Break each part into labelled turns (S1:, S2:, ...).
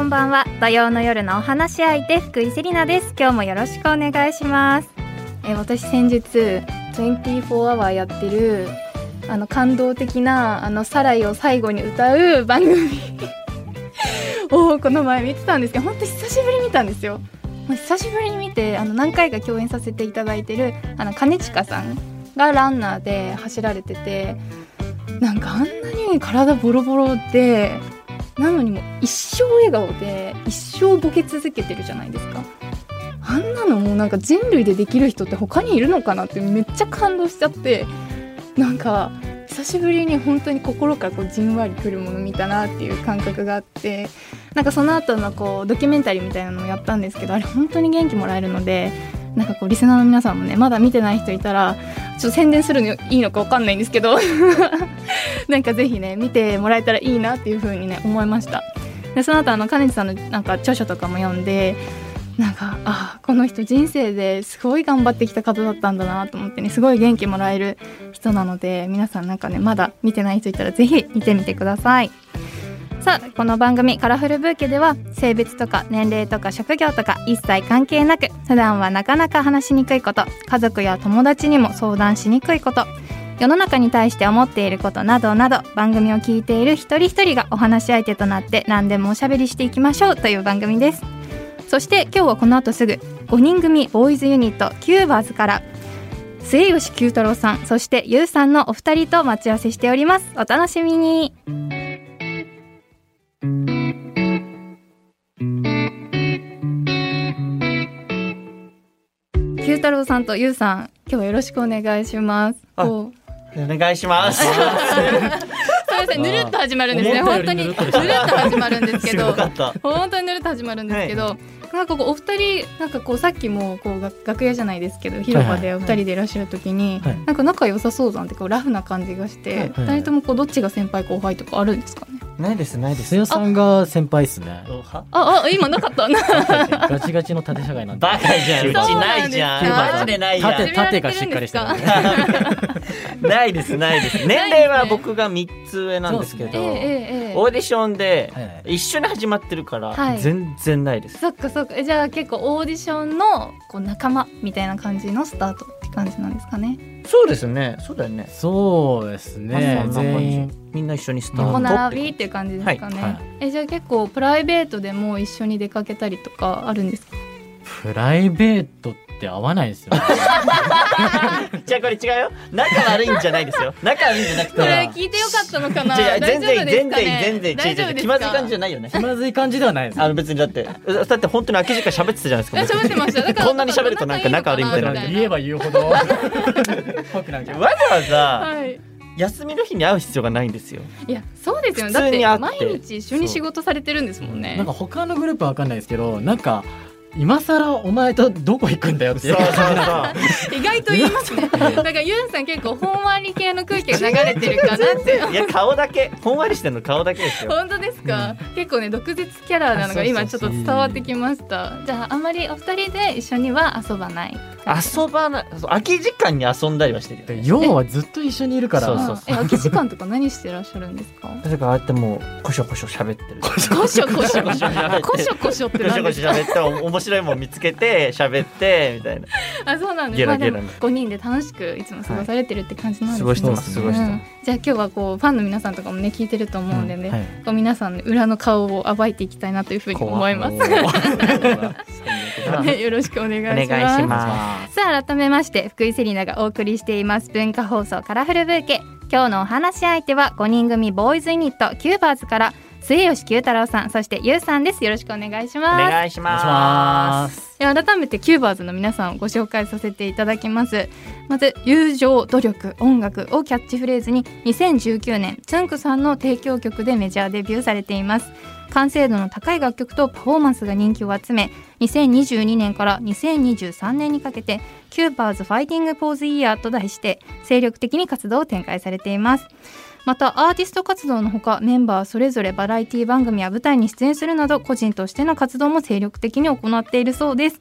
S1: んばんは土曜の夜のお話し相手福井セリナです今日もよろしくお願いします
S2: えー私先日24アワーやってるあの感動的なあのサライを最後に歌う番組 をこの前見てたんですけど本当久しぶりに見たんですよもう久しぶりに見てあの何回か共演させていただいてるあの兼近さんがランナーで走られててなんかあんなに体ボロボロでなのにもう一生笑顔で一生ボケ続けてるじゃないですかあんなのもうなんか人類でできる人って他にいるのかなってめっちゃ感動しちゃってなんか久しぶりに本当に心からこうじんわりくるもの見たなっていう感覚があってなんかその後のこうドキュメンタリーみたいなのもやったんですけどあれ本当に元気もらえるのでなんかこうリスナーの皆さんもねまだ見てない人いたらちょっと宣伝するのいいのかわかんないんですけど なんかぜひね見てもらえたらいいなっていうふうにね思いましたでその後あの金地さんのなんか著書とかも読んでなんかあこの人人生ですごい頑張ってきた方だったんだなと思ってねすごい元気もらえる人なので皆さんなんかねまだ見てない人いたらぜひ見てみてください
S1: さあこの番組「カラフルブーケ」では性別とか年齢とか職業とか一切関係なく普段はなかなか話しにくいこと家族や友達にも相談しにくいこと世の中に対して思っていることなどなど番組を聞いている一人一人がお話し相手となって何でもおしゃべりしていきましょうという番組ですそして今日はこの後すぐ5人組ボーイズユニットキューバーズから末吉久太郎さんそしてゆうさんのお二人と待ち合わせしておりますお楽しみに九太郎さんとゆうさん
S2: 今日はよろしくお願いします
S3: あ
S2: こう
S3: お願いします。
S2: すみません
S3: あ
S2: ぬ
S3: ー
S2: るっと始まるんですね
S3: 思った
S2: 本
S3: よ
S2: 当
S3: り
S2: に
S3: ぬ
S2: ぬる
S3: る
S2: っ
S3: っ
S2: と
S3: と
S2: 始まるんですけ
S3: す
S2: ど
S3: ごかった。
S2: 本当にぬるっと始まるんですけど、なんかこうお二人なんかこうさっきもこうが楽屋じゃないですけど広場でお二人でいらっしゃる時に、
S3: はい
S2: なんか仲良さそうなんてこうラフな感じがして、
S3: はい
S2: 二人ともこうどっちが先輩後輩とかあるんですかね
S3: ないですないです。
S4: 瀬谷さんが先輩っすね。
S3: は
S2: ああ今なかったな
S4: ガチガチの縦社会なんで。
S3: バカじゃん。うち
S2: そうな
S3: なん
S2: です
S3: いじゃ
S2: そ
S3: ん。
S2: うなんです
S3: マジでないや
S4: 縦縦がしっかりしてるんで。
S3: ん。ないですないです。年齢は僕が三つ上なんですけど、
S2: えええええ
S3: オーディションで
S4: はいはい
S3: 一緒に始まってるから、
S2: はい
S3: 全然ないです。
S2: そっかそっかえじゃあ結構オーディションのこう仲間みたいな感じのスタートって感じなんですかね
S3: そうですね。そうだよね。
S4: そうですね。
S3: まあそんな感じ
S4: 全員。
S3: みんな一緒にスタ
S2: 横
S3: ートっ
S2: 並
S3: て。
S2: びっていう感じですかね、
S4: はいはい
S2: えじゃあ結構プライベートでも一緒に出かけたりとかあるんですか
S4: プライベートって合わないですよね。
S3: じゃあこれ違うよ。仲悪いんじゃないで すよ。仲悪いんじゃなく
S2: これ
S3: て。
S2: 聞いてよかったのかな
S3: じゃあ
S2: 大丈
S3: 全
S2: 夫
S3: 然
S2: です
S3: 全
S2: かね
S3: 然全然
S2: 大
S3: 違
S2: 丈
S3: う違
S2: 夫で
S3: う気
S2: すか
S3: まずい感じじゃない よね
S4: 気。まずい感じではないです
S3: あ。の別にだってだって本当に空き時間喋ってたじゃないですか。
S2: 喋
S3: 僕
S2: ってましただから
S3: こんなに喋るとなんか仲悪いみたいな
S4: なんか言えば言うほど。僕なんか
S3: わざわざ
S2: はい
S3: 休みの日に会う必要がないんですよ。
S2: いやそうですよねだ
S3: 普通に会
S2: っ
S3: って
S2: て毎日一緒に仕事されてるんですもんね
S4: なんか他のグループはわかんないですけど、なんか今更お前とどこ行くんだよっていう。
S2: 意外と言いますねなんかユンさん結構ほんわり系の空気が流れてるかなって
S3: いや顔だけほんわりしてるの顔だけですよ。
S2: 本当ですか、結構ね毒舌キャラなのが今ちょっと伝わってきましたじゃああまりお二人で一緒には遊ばない
S3: 遊ばないそう空き時間に遊んだりはしてるよ。
S4: で要はずっと一緒にいるから。
S3: そうそ うそう
S2: え空き時間とか何してらっしゃるんです か
S3: だからああやってもうこしょこしょ喋ってる。こし
S2: コショコショコショ
S3: ョ
S2: コショコショって何
S3: こ
S2: で
S3: し
S2: す
S3: ょ喋って面白いもん見つけて喋ってみたいな。
S2: あそうなんです
S3: ゲ
S2: ま
S3: ラ
S2: あで
S3: ゲラ
S2: も5人で楽しくいつも過ごされてるって感じなんですね、
S3: 過ごしてます過
S4: 過
S3: ご
S4: ご
S3: して
S2: う
S3: ま
S2: んじゃあ今日はこうファンの皆さんとかもね聞いてると思うんでね、
S4: はい
S2: こう皆さんの裏の顔を暴いていきたいなというふうに思います
S3: す。
S2: ねよろしくお願いし
S3: お願い
S2: ます
S3: しま
S1: さあ改めまして福井セリナがお送りしています文化放送カラフルブーケ今日のお話し相手は5人組ボーイズユニットキューバーズから末吉久太郎さんそしてゆうさんですよろしくお願いし
S3: す。お
S1: ます
S3: 願いし
S4: お願いし
S3: ま。
S4: ますす。
S2: では改めてキューバーズの皆さんをご紹介させていただきますまず友情努力音楽をキャッチフレーズに2019年ツンクさんの提供曲でメジャーデビューされています完成度の高い楽曲とパフォーマンスが人気を集め2022年から2023年にかけてキューバーズファイティングポーズイヤーと題して精力的に活動を展開されていますまたアーティスト活動のほかメンバーそれぞれバラエティ番組や舞台に出演するなど個人としての活動も精力的に行っているそうです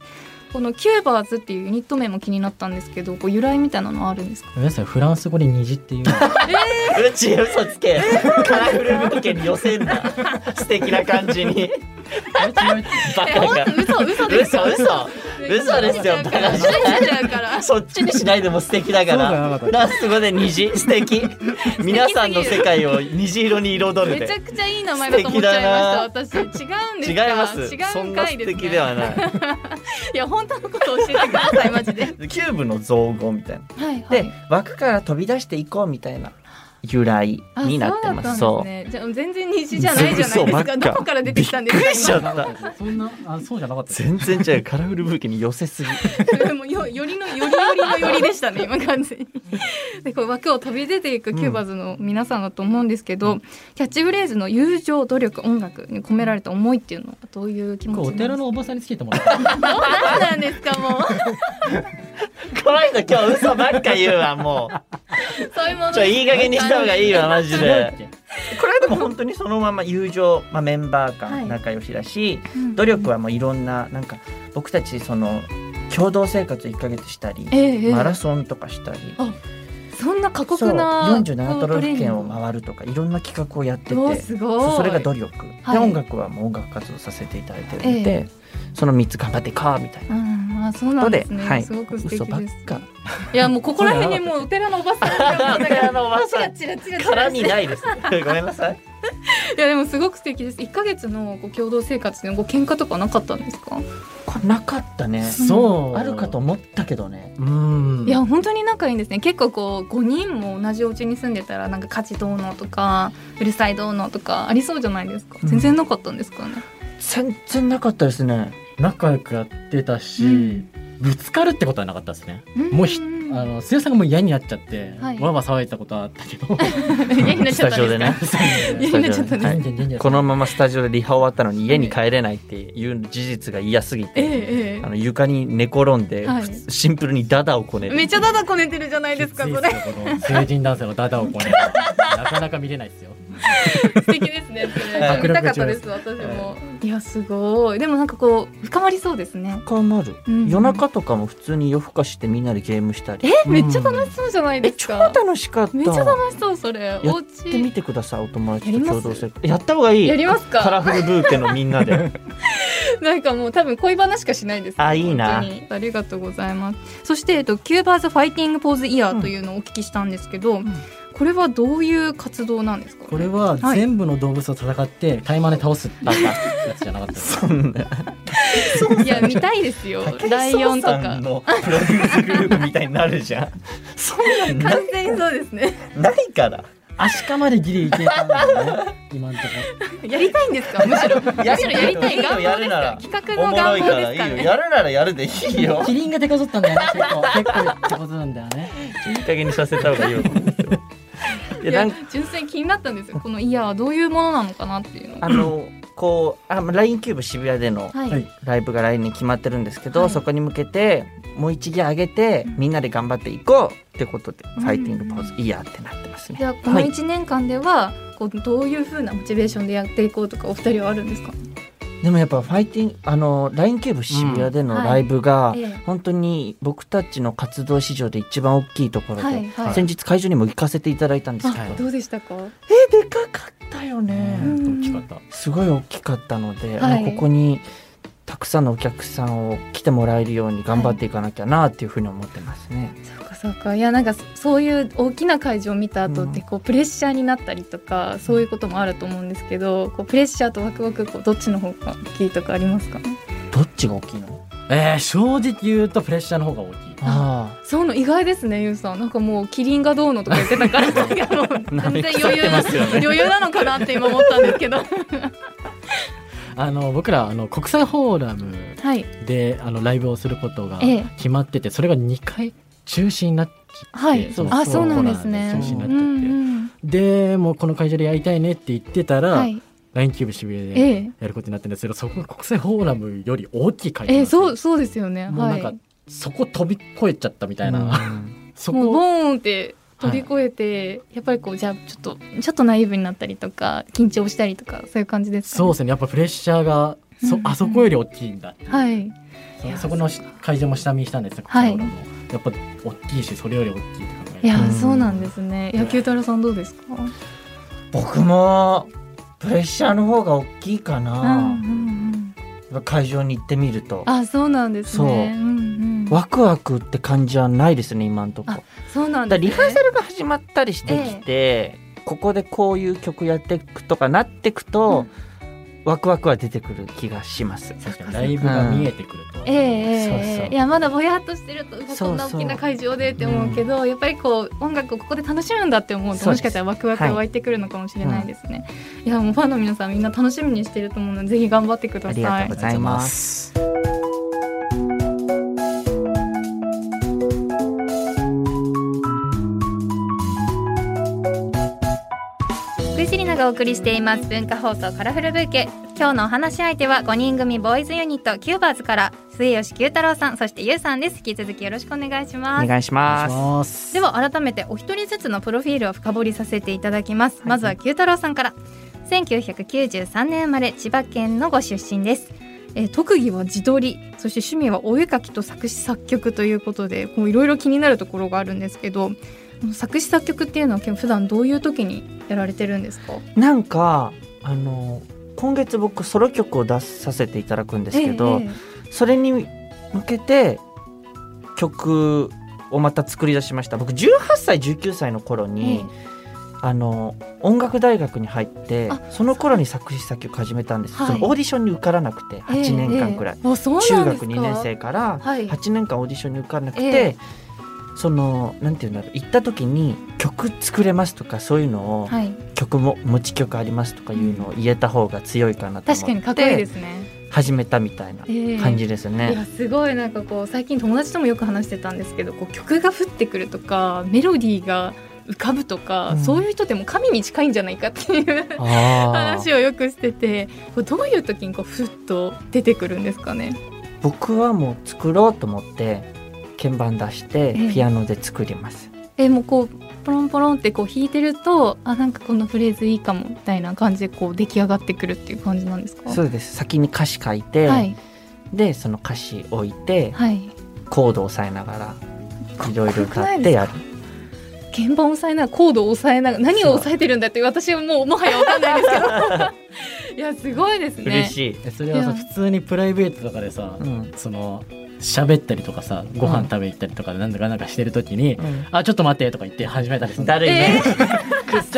S2: このキューバーズっていうユニット名も気になったんですけどこう由来みたいなのはあるんですか
S4: ごめんなさいフランス語で虹っていうの
S3: うち嘘つけカラフルブーケに寄せんな素敵な感じにバカが
S2: 嘘嘘です
S3: 嘘嘘嘘ですよバカじゃない
S2: から
S3: そっちにしないでも素敵だか
S4: そうだよ
S3: ら
S4: なんか
S3: フランス語で虹 素敵皆さんの世界を虹色に彩る
S2: めちゃ
S3: で
S2: くちゃいい名前だと思っちゃいました私違うんです
S3: 違い
S2: か
S3: ますそ
S2: 違うんん
S3: な
S2: かい
S3: 素
S2: です、ね、
S3: 敵ではない
S2: いや本当のこと教えてくださいマジで
S3: キューブの造語みたい な
S2: はいは
S3: で、
S2: い
S3: 枠から飛び出していこうみたいな由来
S2: あ
S3: になってます
S2: そうだったん
S3: そう
S2: ですねじゃあ全然虹じゃないじゃないですか
S3: 嘘ばっか
S2: どこから出てきたんです
S3: びっくりしちゃ
S2: か
S3: った
S4: そんなあそうじゃなかったです
S3: 全然違うカラフルブーケに寄せすぎ
S2: 今もうよよりのよりよりのよりで したね今完全にでこう枠を飛び出ていくキューバーズの皆さんだと思うんですけど、キャッチフレーズの友情努力音楽に込められた思いっていうのはどういう気持ち
S4: これお
S2: なんです
S4: 寺
S2: か
S4: のおばさんにつけてもら った
S2: 何なんですか もう
S3: この人今日嘘ばっか言うわも う
S2: そういうもの
S3: ちょいい加減にした方がいいわマジで
S4: すごいっ
S3: これはでも本当にそのまま友情、まあ、メンバー
S2: はい
S3: 間仲良しだし、
S2: うん
S3: 努力はもういろんななんか僕たちその共同生活1ヶ月したり、
S2: ええええ
S3: マラソンとかしたり。
S2: あそんな過酷
S3: そう
S2: な
S3: 47都道府県を
S2: ト
S3: 回るとかいろんな企画をやってて
S2: レーニングおすごい
S3: そうそれが努力、
S2: はい
S3: で音楽はもう音楽活動させていただいてるので、
S2: え
S3: その3つ頑張っていこうみたいな
S2: うんあそうな
S3: の
S2: ん
S3: で
S2: ですね、
S3: はい、
S2: すごく素敵
S3: 嘘ばっ
S2: です
S3: か
S2: いやもうここら辺にもうお寺のおばさん が もうだから
S3: お寺のおばさん
S2: チラチラチラチ
S3: 絡
S2: ラ
S3: みないですね ごめんなさい
S2: いやでもすごく素敵です。一ヶ月のご共同生活でご喧嘩とかなかったんですか？
S3: これなかったね
S4: てそう
S3: あるかと思ったけどね
S4: うん
S2: いや本当に仲いいんですね。結構こう五人も同じお家に住んでたらなんか家事どうのとかうるさいどうのとかありそうじゃないですか。
S3: うん
S2: 全然なかったんですかね。
S3: 全然なかったですね
S4: 仲良くやってたし、
S2: うん
S4: ぶつかるってことはなかったですねもうひ
S2: ん
S4: あの強さんがもう嫌になっちゃって、
S2: はい
S4: わわ騒いでたことはあった けど
S2: 家になっちゃったんですか。 家になっちゃったんです
S3: は
S2: か。
S3: いこのままスタジオでリハ終わったのに家に帰れないっていう事実が嫌すぎ
S2: ええ
S3: て、
S2: え
S3: あの床に寝転んで、
S2: はい
S3: シンプルにダダをこね
S2: え。
S3: る
S2: めっちゃダダこねてるじゃないですか。
S4: きつ
S2: そ
S4: いっす
S2: れ
S4: よ この成人男性のダダをこねなかなか見れないですよ
S2: 素敵ですね。それ
S3: はい
S2: 見たかったです私も。いやすごい。でもなんかこう深まりそうですね。
S3: かなる、
S2: うん
S3: 夜中とかも普通に夜更かしてみんなでゲームしたり
S2: えめっちゃ楽しそうじゃない
S3: え
S2: です
S3: 超
S2: か。
S3: 楽しかった
S2: めっちゃ楽しそうそれ。
S3: や
S2: お
S3: やってみ
S2: 家
S3: てくださいお友達
S2: や
S3: と
S2: ります
S3: 共同生活やった方がいい
S2: やります
S3: カ
S2: か。
S3: ラフルブーケのみんなで
S2: なんかもう多分恋話しかしないです。
S3: あいいな
S2: 本当にありがとうございます。そしてえっとキューバーズファイティングポーズイヤーというのをお聞きしたんですけど、これはどういう活動なんですか。
S4: これは
S2: はい
S4: 全部の動物を戦ってタイマーで倒すって
S3: バ
S4: いう
S3: カ
S4: やつじゃなかったです
S3: そんない
S2: や見たいですよ。 ライオンと
S3: 武井壮さん
S2: か。
S3: のプロデュースグループみたいになるじゃんそんなん
S2: 完全にそうです ね。
S3: なないから
S4: アシカまでギリいけたんだね今のとこ
S2: やりたいんですかむしろ。むしろやりたい願望
S3: やるなら
S2: ですか。企
S3: お
S2: 画
S3: も
S2: の
S3: ろ
S2: 願
S3: い
S2: 望
S3: か
S2: で
S3: らい
S2: す
S3: い
S2: か
S3: よ
S2: ね。
S3: やるならやるでいいよ
S4: ろキリンが手こずったんだよね結構結構手こずなんだよね
S3: いい加減にさせた方がいいよいや
S2: いや
S3: なんか
S2: 純粋に気になったんですよ。このイヤーはどういうものなのかなっていうのを。
S3: あのこうあまあ LINE キューブ渋谷での
S2: はい。
S4: はい
S3: ライブが来年決まってるんですけど、
S2: はい
S3: そこに向けてもう一ギア上げてみんなで頑張っていこうってことで、
S2: うん
S3: ファイティングポーズいいやってなってますね
S2: じゃあこの
S3: はい
S2: 1年間では、こうどういうふうなモチベーションでやっていこうとかお二人はあるんですか、
S3: でもやっぱファイティングあの LINE キューブ渋谷での
S2: うん
S3: ライブが
S2: ええ
S3: 本当に僕たちの活動史上で一番大きいところで、
S2: はいはい
S3: 先日会場にも行かせていただいたんですけど、
S4: あ
S2: どうでしたか
S3: えでかかったよね、
S2: ん
S4: 大きかった
S3: すごい大きかったので、
S2: はい
S3: あのここにたくさんのお客さんを来てもらえるように頑張っていかなきゃなっていうふうに思ってますね。
S2: そうかそうかいやなんかそそういう大きな会場を見た後って
S3: う
S2: こうプレッシャーになったりとかそういうこともあると思うんですけどこうプレッシャーとワクワクこうどっちの方が大きいとかありますか
S3: どっちが大きいの
S4: えー、正直言うとプレッシャーの方が大きい
S3: ああ
S2: そういうの意外ですねゆうさんなんかもうキリンがどうのとか言ってた からなんかもう全然余裕な、余裕なのかなって今思ったん ですけど
S4: あの僕らあの国際フォーラム
S2: はい
S4: であのライブをすることが
S2: ええ
S4: 決まってて、それが2回中止になっ
S2: はい
S4: そう
S2: あそうなんです
S4: そ
S2: ね
S4: うなんです
S2: う
S4: 中止になっちゃって
S2: ん
S4: でもうこの会社でやりたいねって言ってた
S2: うん
S4: ら、
S2: は
S4: ライ
S2: い
S4: LINE キューブ渋谷
S2: え
S4: で
S2: え
S4: やることになったんですけど、そこが国際フォーラムより大きい会社なん
S2: え
S4: ですよ
S2: そうそうですよね
S4: もう
S2: は
S4: なん
S2: い
S4: か、そこ飛び越えちゃったみたいな、そ
S2: もう
S4: こ
S2: ボーンって飛び越えて、やっぱりこうじゃあちょっとちょっとナイーブになったりとか緊張したりとかそういう感じですか、
S4: そうですねやっぱプレッシャーがそあそこより大きいんだ
S2: はい
S4: そ
S2: いや
S4: そこのし会場も下見したんです
S2: はい
S4: ここのもやっぱ大きいしそれより大きいって考え
S2: い
S4: る
S2: や、
S3: うん
S2: そうなんですね。野球太郎さんどうですか。
S3: 僕もプレッシャーの方が大きいか
S2: うんうん
S3: な、
S2: うん
S3: 会場に行ってみると
S2: あ、そうなんですね。
S3: そ
S2: うんうん
S3: ワクワクって感じはないですね今んとこ
S2: あそうなん
S3: だから
S2: です、
S3: リ
S2: ね。
S3: ハーサルが始まったりしてきて、ここでこういう曲やっていくとかなってくと、ワクワクは出てくる気がします。
S4: 確かにライブが見えてくると、
S2: ええええ
S3: そうそう
S2: いやまだぼやっとしてるとうわ
S3: そう
S2: こんな大きな会場でって思うけどやっぱりこう音楽をここで楽しむんだって思うと
S3: そう
S2: も
S3: で
S2: し
S3: す
S2: かしたらワクワク
S3: はい
S2: 湧いてくるのかもしれないですね、い、やもうファンの皆さんみんな楽しみにしてると思うのでぜひ頑張ってくだ
S3: あ
S2: さ
S3: り
S2: い
S3: がとうございます。
S1: 福井セリナがお送りしています文化放送カラフルブーケ今日のお話し相手は5人組ボーイズユニットキューバーズから末吉久太郎さんそしてゆうさんです引き続きよろしくお願いし
S3: お
S1: ます
S3: 願いし
S4: お
S3: ま
S4: 願いし
S3: す。
S4: ます
S1: では改めてお一人ずつのプロフィールを深掘りさせていただきます、まずは九太郎さんから1993年生まれ千葉県のご出身です、
S2: えー特技は自撮りそして趣味はお絵描きと作詞作曲ということでこういろいろ気になるところがあるんですけどあの作詞作曲っていうのは普段どういう時にやられてるんですか
S3: なんかあの今月僕ソロ曲を出させていただくんですけど、
S2: ええ
S3: それに向けて曲をまた作り出しました。僕18歳19歳の頃に、あの音楽大学に入って
S2: あ
S3: その頃に作詞作曲始めたんです、
S2: はい
S3: そのオーディションに受からなくて8年間くらい、
S2: ええあそうなんですか
S3: 中学2年生から
S2: はい
S3: 8年間オーディションに受からなくて、
S2: ええ
S3: そのなんていうんだろう行った時に曲作れますとかそういうのを、
S2: はい
S3: 曲も持ち曲ありますとかいうのを言えた方が強いかなと
S2: 確か
S3: 思
S2: にか
S3: っ
S2: っこいいで
S3: て
S2: すね。
S3: 始めたみたいな
S2: ええ
S3: 感じです
S2: い
S3: ね。
S2: やすごいなんかこう最近友達ともよく話してたんですけどこう曲が降ってくるとかメロディーが浮かぶとか、
S3: うん
S2: そういう人ってもう神に近いんじゃないかっていう
S3: あー
S2: 話をよくしててこうどういう時にこうふっと出てくるんですかね。
S3: 僕はもう作ろうと思って鍵盤出して
S2: ええ
S3: ピアノで作ります。
S2: えもうこうポロンポロンってこう弾いてるとあなんかこのフレーズいいかもみたいな感じでこう出来上がってくるっていう感じなんですか。
S3: そうです先に歌詞書いて、
S2: はい
S3: でその歌詞置いて
S2: はい。
S3: コードを押さえながらいろいろ歌ってやる
S2: 鍵盤を押さえながらコードを押さえながら何を押さえてるんだって私はもうもはやわかんないですけど いやすごいですね。
S3: 嬉しい、
S4: えそれはさ
S2: いや
S4: 普通にプライベートとかでさ、
S3: うん
S4: その喋ったりとかさご飯食べ行ったりとかなんだかなんかしてる時に、あちょっと待ってとか言って始めたりするの
S3: だるいね、
S4: ち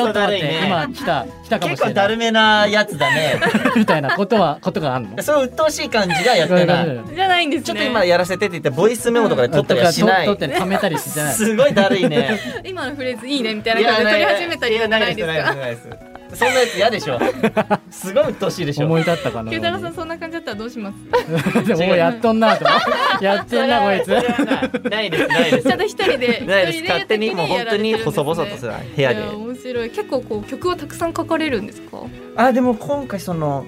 S4: ょっと待って、
S3: だるいね
S4: 今来た来たかも し
S3: 結構
S4: れ
S3: だ
S4: な
S3: る
S4: い
S3: めなやつだね
S4: みたいなこと はことがある の
S3: そう鬱陶しい感じがやってない
S2: じゃないんですね。
S3: ちょっと今やらせてって言ってボイスメモとかで撮ったりはしない、
S4: 撮ったりためたりし てない
S3: すごいだるいね
S2: 今のフレーズいいねみたいな感じで取り始めたりじゃないです
S3: や
S2: か。
S3: ないですないですそんなやつ嫌でしょすごい鬱陶しいでしょ
S4: 思い立ったかな
S2: 九太郎さんそんな感じだったらどうします？
S4: でもおいやっとんなと思 ってやってんなこい
S3: それ
S4: つ
S3: はないないですないです
S2: ただ一人で
S3: ない
S2: 一人
S3: です
S2: で
S3: 勝手にもう本当に
S2: やられてるんです
S3: 細
S2: ね
S3: 々とする部屋
S2: い
S3: で
S2: や面白い結構こう曲はたくさん書かれるんですか？
S3: あでも今回その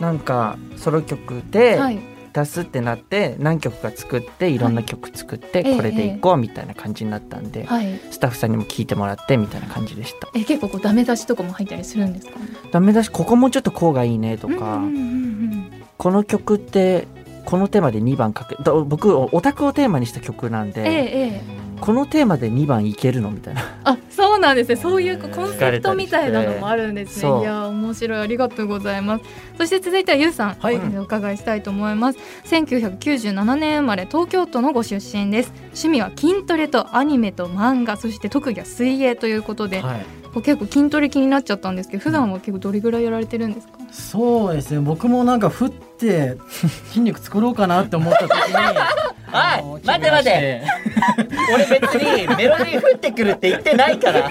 S3: なんかソロ曲で
S2: はい。
S3: 出すってなって何曲か作っていろんな曲作って
S2: ええ
S3: これでいこうみたいな感じになったんで
S2: はい。
S3: スタッフさんにも聞いてもらってみたいな感じでした
S2: え結構こうダメ出しとかも入ったりするんですかね？
S3: ダメだしここもちょっとこうがいいねとか
S2: うんうんうんうん
S3: この曲ってこのテーマで2番かけだ僕オタクをテーマにした曲なん
S2: ええ
S3: で
S2: ええ。
S3: このテーマで2番いけるのみたいな
S2: あそうなんですねそういうこうコン
S3: 聞
S2: セ
S3: か
S2: プ
S3: れた
S2: ト
S3: り
S2: み
S3: して
S2: たいなのもあるんです
S3: そ
S2: ね
S3: う
S2: いや面白いありがとうございますそして続いてはゆうさん、
S4: はい
S2: お伺いしたいと思います1997年生まれ東京都のご出身です趣味は筋トレとアニメと漫画そして特技は水泳ということで、
S4: はい
S2: こう結構筋トレ気になっちゃったんですけど普段は結構どれぐらいやられてるんですか、
S4: そうですね僕もなんか降って筋肉作ろうかなって思った 時にあの
S3: おい待て待て俺別にメロディー降ってくるって言ってないから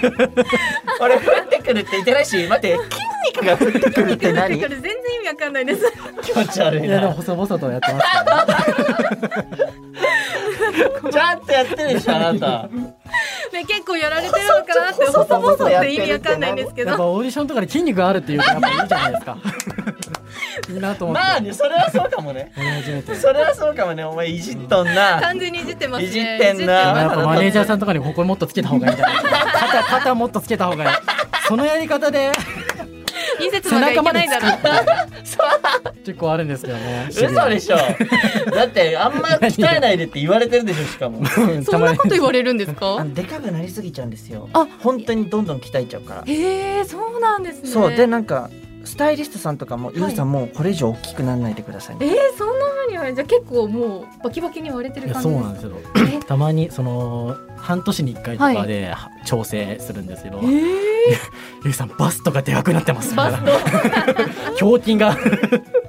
S3: 俺降ってくるって言ってないし待って筋肉が降ってくるって何
S2: れ全然意味わかんないです
S3: 気持ち悪
S4: い
S3: い
S4: やでも
S3: な
S4: 細々とやってます からね
S3: ちゃんとやってるでしょあなた
S2: ね結構やられてるのかなって
S3: 細々
S2: 細々っ
S3: やってて
S2: 意
S3: るっ
S2: 味
S3: て
S2: わかんないんですけ
S4: や
S2: ど
S4: っぱオーディションとかで筋肉があるっていうからやっぱいいじゃないで すかいいなと思って
S3: まあねそれはそうかもね
S4: やり始めて
S3: それはそうかもねお前いじっとんな
S2: 完全にいじってますね
S3: いじってんな
S4: まあやっぱマネージャーさんとかにこ こもっとつけた方がいいんじゃないですか肩肩もっとつけた方がいいそのやり方で
S2: 隕石マンがいけないだろう
S4: 結構あるんですけどね。
S3: 嘘でしょだってあんま鍛えないでって言われてるでしょしかも
S2: そんなこと言われるんですか
S3: あのでかくなりすぎちゃうんですよ
S2: あ
S3: 本当にどんどん鍛えちゃうから
S2: へえそうなんですね
S3: そうで
S2: え
S3: なんかスタイリストさんとかも「ゆうさんもうこれ以上大きくならないでくださいね」
S2: ーそんな風に言われじゃあ結構もうバキバキに割れて
S4: い
S2: る
S4: や
S2: 感
S4: そ
S2: じ
S4: う
S2: です
S4: なんですよ。たまにその半年に一回とかでは調整するんですけど、
S2: えー
S4: ゆうさんバストがでかくなってますみたい
S2: バ
S4: な
S2: ス。ト
S4: 胸筋が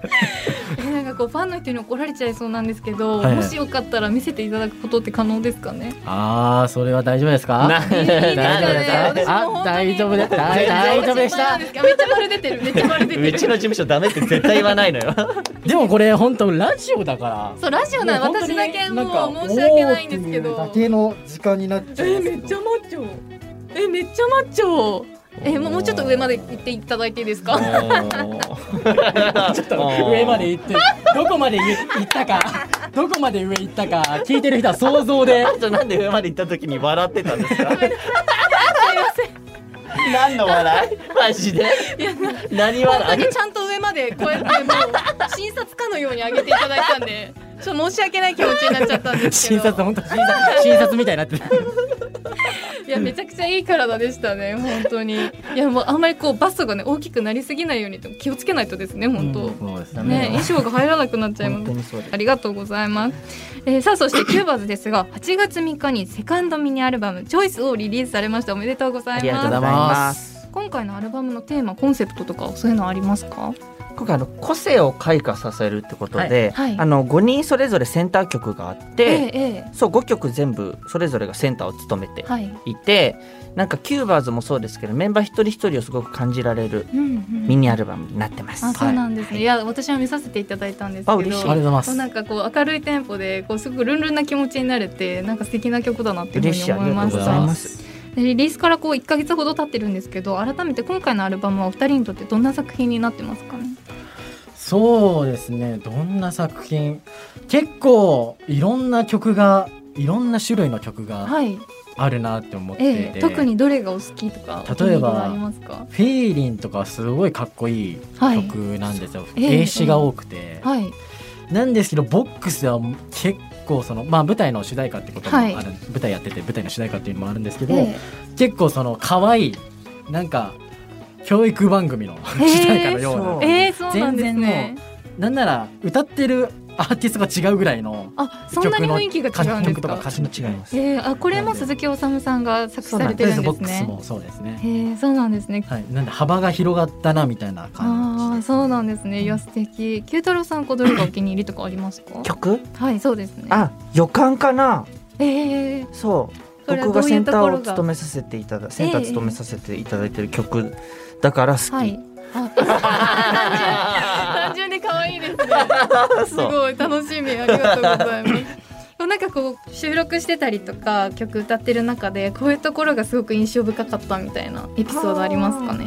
S2: えなんかこうファンの人に怒られちゃいそうなんですけど、
S4: はいはい
S2: もしよかったら見せていただくことって可能ですか ね。
S4: ああそれは大丈夫ですか？
S3: な
S2: 大
S4: 大丈夫ですか
S2: ですかね私も
S4: あ
S2: 本当に
S4: 大丈夫です大
S3: 全然
S4: 大丈夫でし
S2: 心
S4: た
S2: 配なんすけどめっちゃ丸出てる。めっちゃ丸出て
S3: う
S2: る。
S3: ちの事務所ダメって絶対言わないのよ
S4: でもこれ本当ラジオだから
S2: そうラジオな
S4: もう本当
S2: 私
S4: に
S2: だけも
S4: なんか
S2: う申し訳ないんですけ
S5: おー
S2: ど
S5: っ。ていうだけの時間になっちゃい
S2: え
S5: ますけ
S2: めっちゃ
S5: ど。
S2: マッチョ。えめっちゃマッチョ。えもうもうちょっと上まで行っていただいていいですか。
S4: ちょっと上まで行ってどこまで行ったかどこまで上行ったか聞いてる人は想像で
S3: あとなんで上まで行った時に笑ってたんですか何の笑いマジで
S2: いやな
S3: 何
S2: 本当
S3: 笑い
S2: にちゃんと上までこうやってもう診察かのように上げていただいたんで。ちょっと申し 訳ない気持ちになっちゃったんですけ
S4: 診
S2: ど。
S4: 察本当診 察診察みたいになってる
S2: いやめちゃくちゃいい体でしたね本当にいやもうあんまりこうバストがね大きくなりすぎないようにと気をつけないとですね本当、
S4: そうです
S2: ね
S3: んダメよ
S2: 衣装が入らなくなっちゃい
S3: 本
S2: ま
S3: 当
S2: す
S3: にそうです
S2: ありがとうございます、えーさあそしてキューバーズですが8月3日にセカンドミニアルバム「チョイスをリリースされましたおめでとうござ
S3: あ
S2: い
S3: りがとうござ
S2: ま
S3: います
S2: す今回のアルバムのテーマコンセプトとかそういうのありますか
S3: 今回あの個性を開花させるってことで、
S2: はいはい
S3: あの5人それぞれセンター曲があって、
S2: えええ
S3: そう5曲全部それぞれがセンターを務めて
S2: えはい
S3: いて、なんかキューバーズもそうですけどメンバー一人一人をすごく感じられる
S2: うんうん
S3: ミニアルバムになってます。
S2: あそうなんですね、い、や私は見させていただいたんですけ
S3: あ
S2: ど
S3: 嬉しい
S4: ありがとうござ
S2: こう
S4: い
S2: な
S4: ま
S2: んかこう明るいテンポでこうすごくルンルンな気持ちになれてなんか素敵な曲だなっていうふう
S3: 嬉しい
S2: に
S3: あ
S2: 思
S3: り
S2: い
S3: が
S2: ま
S3: とう
S2: し
S3: ござい
S2: た
S3: ま。
S2: ですリリースからこう1か月ほど経ってるんですけど改めて今回のアルバムはお二人にとってどんな作品になってますかね
S4: すそうですねどんな作品結構いろんな曲がいろんな種類の曲が
S2: はい、
S4: あるなって思ってて、
S2: ええ、特にどれがお好きとかお気に入
S4: 例え
S2: り
S4: ば
S2: はありますか
S4: フィーリンとかすごいかっこいい
S2: はい
S4: 曲なんですよ、
S2: ええ
S4: 英詞が多くて、
S2: はい
S4: なんですけどボックスは結構その、まあ、舞台の主題歌ってこともあ
S2: は
S4: る、
S2: い
S4: 舞台やってて舞台の主題歌っていうのもあるんですけど、
S2: え
S4: 結構その可愛いなんか教育番組の
S2: え
S4: 主題歌のような、
S3: そう
S2: えええそうなんですね
S4: 全然なんなら歌ってるアーティストが違うぐらいの
S2: あそんなに雰囲気が違うんです
S4: 曲とか
S2: か
S4: 歌詞の違います。
S2: ええあこれも鈴木おさむさんが作詞されてる
S4: です
S2: ん
S4: ボ
S2: で
S4: ッ
S2: す
S4: クス
S2: ね
S4: もそうですね。
S2: ええそうなんですね
S4: はい、なんで幅が広がったなみたいな
S2: あ
S4: 感
S2: あ
S4: じで
S2: そうなんですね。いや素敵。九太郎さんこうどれがお気に入りとかありますか？
S3: 曲
S2: はいそうですね。
S3: あ予感かな
S2: ええ
S3: そう
S2: それは
S3: 僕
S2: どう
S3: が
S2: い
S3: セ
S2: う
S3: ン
S2: と
S3: タ
S2: ころ
S3: ー
S2: が
S3: を務めさせていただセンター務めさせていただいてる曲だから好き、
S2: はい。あ単純で可愛いですね。す
S3: そう
S2: ごい楽しみありがとうございます。でも なんかこう収録してたりとか曲歌ってる中でこういうところがすごく印象深かったみたいなエピソードありますかね。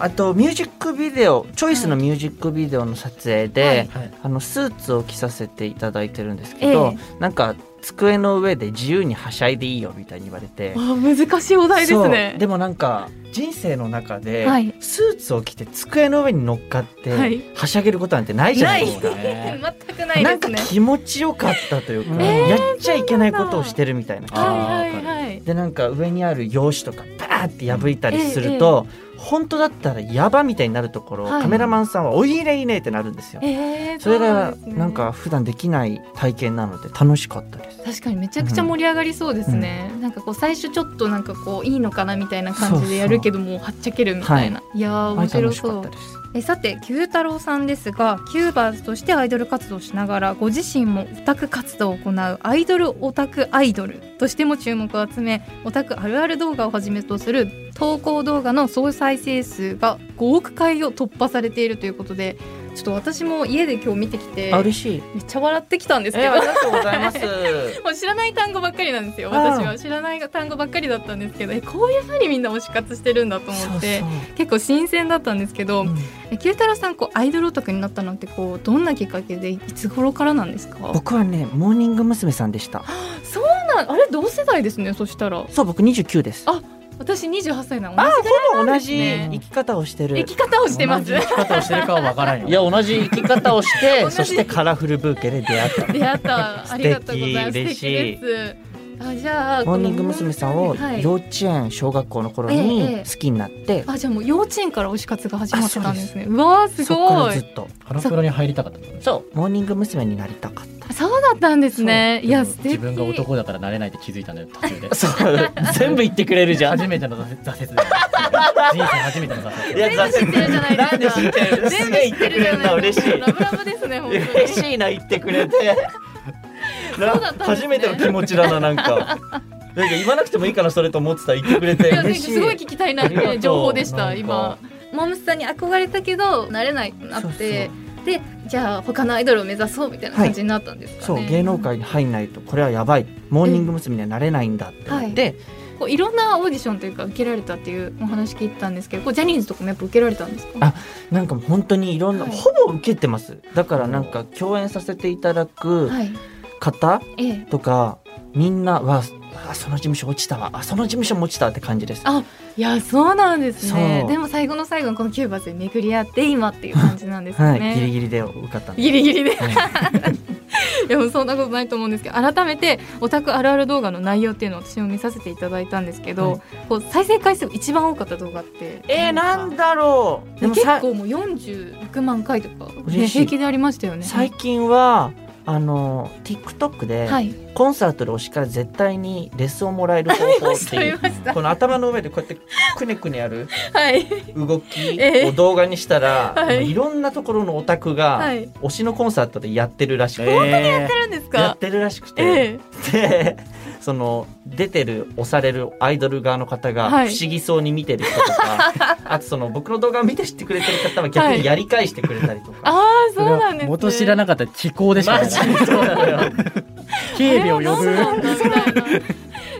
S3: あとミュージックビデオチョイスのミュージックビデオの撮影で、
S2: はい
S4: はい、
S3: あのスーツを着させていただいてるんですけど、
S2: え
S3: なんか机の上で自由にはしゃいでいいよみたいに言われて。
S2: あ難しいお題ですね
S3: そう。でもなんか人生の中で
S2: はい
S3: スーツを着て机の上に乗っかって
S2: はい
S3: はしゃげることなんてないじゃないですか、
S4: そうだね
S2: 全くない
S3: なん
S2: で
S3: か
S2: すね。
S3: 気持ちよかったというか、
S4: えー
S3: やっちゃいけないことをしてるみたいな
S4: そうなんだ
S2: はいはいはい。
S3: でなんか上にある用紙とかバーって破いたりすると、本当だったらやばみたいになるところを
S2: はい
S3: カメラマンさんは「おいれいね」ってなるんですよ。
S2: ええ
S3: それが
S2: うですね
S3: なんか普段できない体験なので楽しかったです。
S2: 確かにめちゃくちゃ盛り上がりそうですね、なんかこう最初ちょっとなんかこういいのかなみたいな感じでやるけどもうはっちゃけるみたいな、い、やー面白そ
S3: はいう楽しかったです。
S2: えさて九太郎さんですがキューバーズとしてアイドル活動をしながらご自身もオタク活動を行うアイドルオタクアイドルとしても注目を集めオタクあるある動画をはじめとする投稿動画の総再生数が5億回を突破されているということでちょっと私も家で今日見てきて
S3: あ嬉しい。
S2: めっちゃ笑ってきたんですけ
S3: え
S2: ど
S3: ありがとうございます。
S2: もう知らない単語ばっかりなんですよ
S3: あー
S2: 私は知らない単語ばっかりだったんですけどえこういうふうにみんな推し活してるんだと思って結構新鮮だったんですけど、
S3: そうそううん
S2: え九太郎さんこうアイドルオタクになったのってこうどんなきっかけでいつ頃からなんですか
S3: 僕はねモーニング娘さんでした。
S2: そうなんあれ同世代ですねそしたら
S3: そう僕29です。
S2: あ私28歳なの
S3: あ
S2: 同
S3: ほぼ同じ
S2: ね
S3: 生き方をし
S2: じ
S3: てる
S2: 生き方をしてま
S4: 同
S2: す
S4: じ生き方をしてるかはわからんよ
S3: いや同じ生き方をして
S2: じ
S3: そしてカラフルブーケで出会った
S2: 出会ったわありがとうございます
S3: 嬉
S2: 素
S3: しい
S2: 敵ですあじゃあ
S3: モーニング娘。さんを
S2: このはい
S3: 幼稚園小学校の頃
S2: ええ
S3: に好きになって
S2: あじゃあもう幼稚園から推し活が始まってたんですね
S3: あ
S2: うわーす
S3: そっか
S2: ご
S3: らず
S2: い
S3: っと
S4: ハロプロに入りたかったってことね
S3: そうモーニング娘。になりたかった
S2: そうだったんですねいや
S4: でも
S2: 素敵
S4: 自分が男だからなれないって気づいたんだよ途中で
S3: そう全部言ってくれるじゃん
S4: 初めての挫折挫折だよ人生初めての挫
S3: い
S4: 折
S3: や挫
S2: 全部知ってるじゃないです か
S3: なんで知ってるのす
S2: 全
S3: げ
S2: 部
S3: え
S2: 知っ
S3: 言って
S2: るじ
S3: てくれ
S2: ゃ
S3: る
S2: な
S3: な
S2: いで
S3: 嬉
S2: す
S3: し
S2: か
S3: い
S2: ラブラブですね本当に
S3: 嬉しいな言ってくれ てな
S2: そうだったんですね
S3: 初めての気持ちだななん かなんか言わなくてもいいかなそれと思ってた言ってくれ
S2: い
S3: て
S2: やなんか
S3: 嬉しい
S2: すごい聞きたいなっ
S3: ありがと
S2: て
S3: う
S2: 情報でし
S3: なん
S2: た
S3: か
S2: 今モームスさんに憧れたけどなれないってなって
S3: そ
S2: でじゃあ他のアイドルを目指そうみたいな感じになったんですか
S3: そう
S2: ね、
S3: 芸能界に入んないとこれはやばいモーニング娘。にはなれないんだって思って、
S2: こういろんなオーディションというか受けられたっていうお話聞いてたんですけどこうジャニーズとかもやっぱ受けられたんですか
S3: あなんかもう本当にいろんな、
S2: はい
S3: ほぼ受けてますだからなんか共演させていただく
S2: はい
S3: 方
S2: ええ
S3: とかみんなはあその事務所落ちたわあその事務所も落ちたって感じです
S2: あいやそうなんですね
S3: そう
S2: でも最後の最後のこのキューバで巡り合って今っていう感じなんですよ
S3: は
S2: ね、
S3: いギリギリで受かったんで
S2: ギリギリで
S3: はい
S2: いやもうそんなことないと思うんですけど改めてオタクあるある動画の内容っていうのを私も見させていただいたんですけど、
S3: はい
S2: こう再生回数一番多かった動画って
S3: えー、なんだろうでも
S2: 結
S3: さ
S2: 構もう46万回とか、ね、
S3: 嬉しい
S2: 平気でありましたよね。
S3: 最近はあの TikTok で
S2: はい、
S3: コンサートで推しから絶対にレスをもらえる方法って
S2: あ
S3: い
S2: り
S3: う
S2: ました。
S3: この頭の上でこうやってくねくねやる
S2: はい、
S3: 動き
S2: ええ
S3: を動画にしたら、
S2: はい
S3: もういろんなところのオタクが
S2: はい
S3: 推しのコンサートでやってるらしくて、
S2: あるんです
S3: や
S2: か
S3: っ。てるらしくて、
S2: ええ、
S3: でその出てる押されるアイドル側の方が不
S2: はい
S3: 思議そうに見てる人と か、あとその僕の動画を見て知ってくれてる方は逆にやり返してくれたりとか。
S2: ああ、そうなんです、ね。
S4: 元知らなかった気候でしか
S3: マ
S4: ない
S3: ジでそうなのよ
S4: 警備を呼ぶ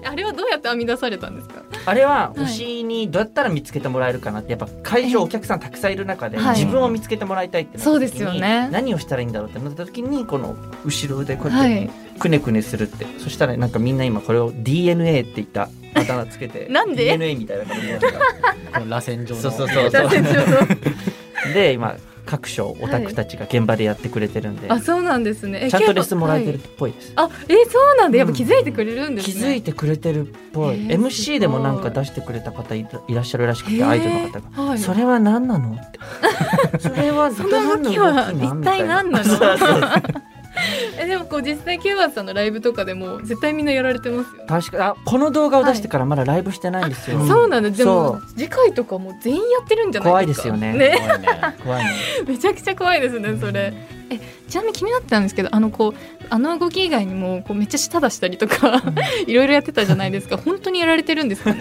S2: あれはどうやって編み出されたんですか。
S3: あれは推しにどうやったら見つけてもらえるかなってやっぱ会場お客さんたくさんいる中で
S2: はい
S3: 自分を見つけてもらいたいってなった
S2: そう
S3: 時に
S2: ですよね
S3: 何をしたらいいんだろうってなった時にこの後ろでこうやっ
S2: は
S3: て
S2: い。
S3: くねくねするってそしたらなんかみんな今これを DNA って言ったあだ名つけ て
S2: なんで
S3: DNA みたいな感じなんだ
S4: この螺旋状の
S3: そうそうそう
S2: 脱線しようと
S3: で今各所オタクたちが現場でやってくれてるんで、
S2: あ、そうなんですね。え
S3: ちゃんとレッスンもらえてるっ
S2: 結
S3: ぽいです、
S2: 構はいあ、えそうなんで、やっぱ気づいてくれるんです
S3: 気
S2: ね。
S3: づいてくれてるっぽ
S2: え
S3: い、
S2: ー
S3: MC でもなんか出してくれた方いたいらっしゃるらしくて、アイドルの方が。
S2: が。はい。
S3: それは何なのってそれは
S2: その動きは一体何なの
S3: そうそうそう
S2: えでもこう実際キューバさんのライブとかでも絶対みんなやられてますよね。
S3: 確かあこの動画を出してからまだライブしてないんですよ、
S2: そうなんだ。でも
S3: そ
S2: 次回とかもう全員やってるんじゃないですか。
S3: 怖いですよね
S2: ね、
S4: 怖いね
S3: 怖いね
S2: めちゃくちゃ怖いですねそれ。えちなみに気になってたんですけどあのこうあの動き以外にもこうめっちゃ舌出したりとか いろいろやってたじゃないですか。本当にやられてるんです か。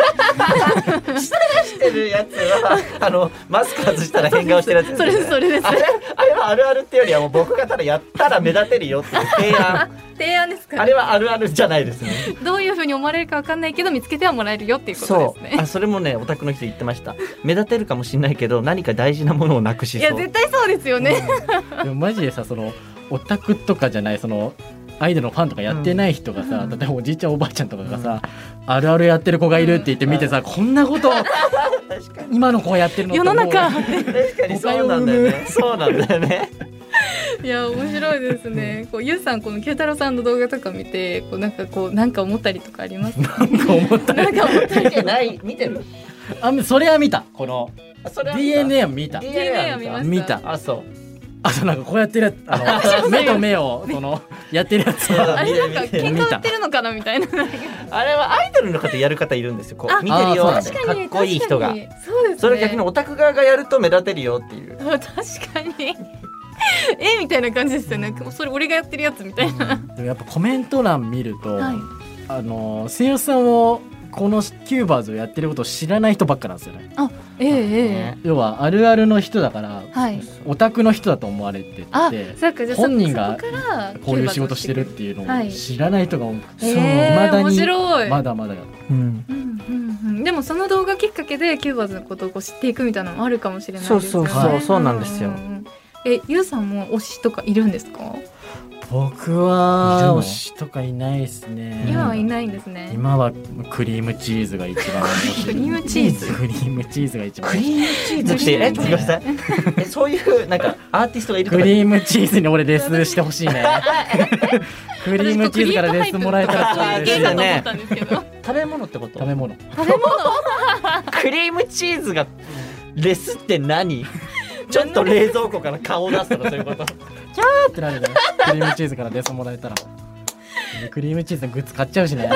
S3: してるやつはあのマスク外したら変顔してるやつです
S2: それですそれです。
S3: あれあれはあるあるっていうよりはもう僕がただやったら目立てるよっていう提案
S2: 提案です
S3: あ
S2: か。
S3: れはあるあるじゃないですね。
S2: どういう風に思われるかわかんないけど見つけてはもらえるよっていうこと
S3: そ
S2: です
S3: う。
S2: ね。
S3: あ、それもね、オタクの人言ってました。目立てるかもしれないけど、何か大事なものをなくし
S2: い
S3: そ
S2: や
S3: う。
S2: 絶対そうですよね。
S4: うん でもマジでさそのオタクとかじゃないそのアイドルのファンとかやってない人がさ、例えばおじいちゃんおばあちゃんとかがさ、あるあるやってる子がいるって言って見てさ、こんなこと
S3: 確かに。
S4: 今の子やってるのって
S2: 世
S4: 思
S2: の
S4: う
S2: 中。
S3: 確かにそうなんだよね。そうなんだよね。
S2: いや面白いですね。こうゆうさんこの九太郎さんの動画とか見てこうなんかこうなんか思ったりとかありますか。
S4: なんか思った
S2: なんか思ったり。
S3: ない、見てる。
S4: あそれは見たこの
S3: あそれは見た
S4: DNA を見た
S2: DNA は見ました。
S4: 見た
S3: あ、そう。
S4: あとなんかこうやってるやつあの目と目をそのやってるやつは
S2: あれなんか
S3: 見てる
S2: 喧
S4: 見てる
S2: 嘩売ってるのかなみたいな。
S3: あれはアイドルの方やる方いるんですよ。こ
S2: あ
S3: う見てるよ。
S4: あ
S3: か
S4: ーそう
S3: っこいい人が。
S2: 確かにそうですね。
S3: それ逆にオタク側がやると目立てるよっていう。
S2: あ確かに。えみたいな感じですよね。それ俺がやってるやつみたいな。
S4: でもやっぱコメント欄見ると、
S2: はい
S4: あの声優さんをこのキューバーズをやってることを知らない人ばっかなんですよね
S2: ええ
S3: ね
S4: 要はあるあるの人だから
S2: はい。
S4: オタクの人だと思われて
S2: あ
S4: て、
S2: そうかじゃあそ
S4: 本人が
S2: そこから
S4: こういう仕事してるっていうの
S2: は
S4: を
S2: い
S4: 知らない人が多くて、
S2: え
S4: そう
S2: え面
S4: 未
S2: 白い。
S4: まだまだよ
S3: うん。
S2: うんうんうん、でもその動画きっかけでキューバーズのことをこう知っていくみたいなのもあるかもしれないですよね。
S3: そうそうそう
S4: はい
S3: そうなんですよ
S2: んうんうんえ、ゆうさんも推しとかいるんですか？
S4: 僕
S3: いる
S4: は
S3: の
S4: 推しとかいないですね
S2: 今はいないんですね。
S4: 今はクリームチーズが一番推し
S2: クリームチ
S3: ーズ
S4: クリームチーズが一番
S3: クリームチーズってえごめんなさいえそういうなんかアーティストがいると
S4: ク
S3: か
S4: リームチーズに俺レスしてほ しいねクリームチーズからレスもらえたら
S2: そういう
S4: 嬉し
S2: 系
S4: い
S2: だ
S4: ね
S2: と思ったんですけど。
S3: 食べ物ってこと
S4: 食べ物
S3: クリームチーズがレスって何ちょっと冷蔵庫から顔を出すとかそういうこと
S4: ってなるね。クリームチーズからデスもらえたら。クリームチーズのグッズ買っちゃうしね。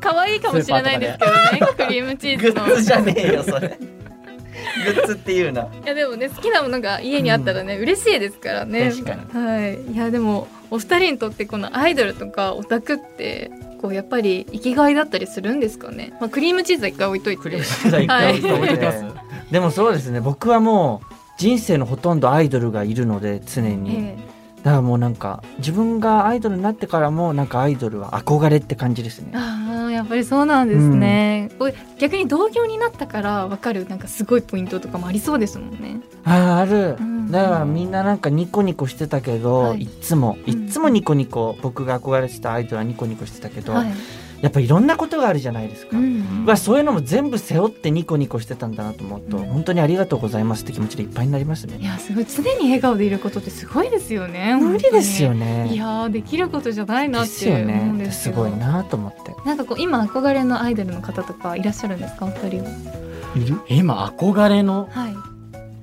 S2: 可愛いかもしれないですけどね。クリームチー
S3: グ
S2: ズの。
S3: ッズじゃねえよそれグッズっていうない
S2: やでもね好きなものが家にあったらね、嬉しいですからね。
S3: 確かに
S2: はい。いやでもお二人にとってこのアイドルとかオタクってこうやっぱり生きがいだったりするんですかね。まあクリームチーズは一回置いといて。
S3: クリームチーズは一回置いといて
S4: はい
S3: でもそうですね僕はもう人生のほとんどアイドルがいるので常に、
S2: え
S3: だからもうなんか自分がアイドルになってからもなんかアイドルは憧れって感じです
S2: え
S3: ね
S2: ああやっぱりそうなんですね。これ逆に同業になったからわかるなんかすごいポイントとかもありそうですもんね。
S3: ああある、
S2: うん
S3: だからみんななんかニコニコしてたけど、
S2: はい
S3: い、つもい
S2: ん
S3: つもニコニコ、僕が憧れてたアイドルはニコニコしてたけど、
S2: はい。
S3: やっぱいろんなことがあるじゃないですか、
S2: うん。
S3: まあそういうのも全部背負ってニコニコしてたんだなと思うと、
S2: うん
S3: 本当にありがとうございますって気持ちでいっぱいになります
S2: い
S3: ね
S2: やすごい常に笑顔でいることってすごいですよね。
S3: 無理ですよ
S2: ね。い
S3: ね
S2: やーできることじゃないな
S3: で
S2: っ
S3: す
S2: て
S3: よ
S2: 思うん
S3: ね
S2: です
S3: す
S2: けど。
S3: ごいなと思って
S2: なんかこう今憧れのアイドルの方とかいらっしゃるんですかお二人は。
S3: いる
S4: 今憧れの。
S2: はい。
S4: う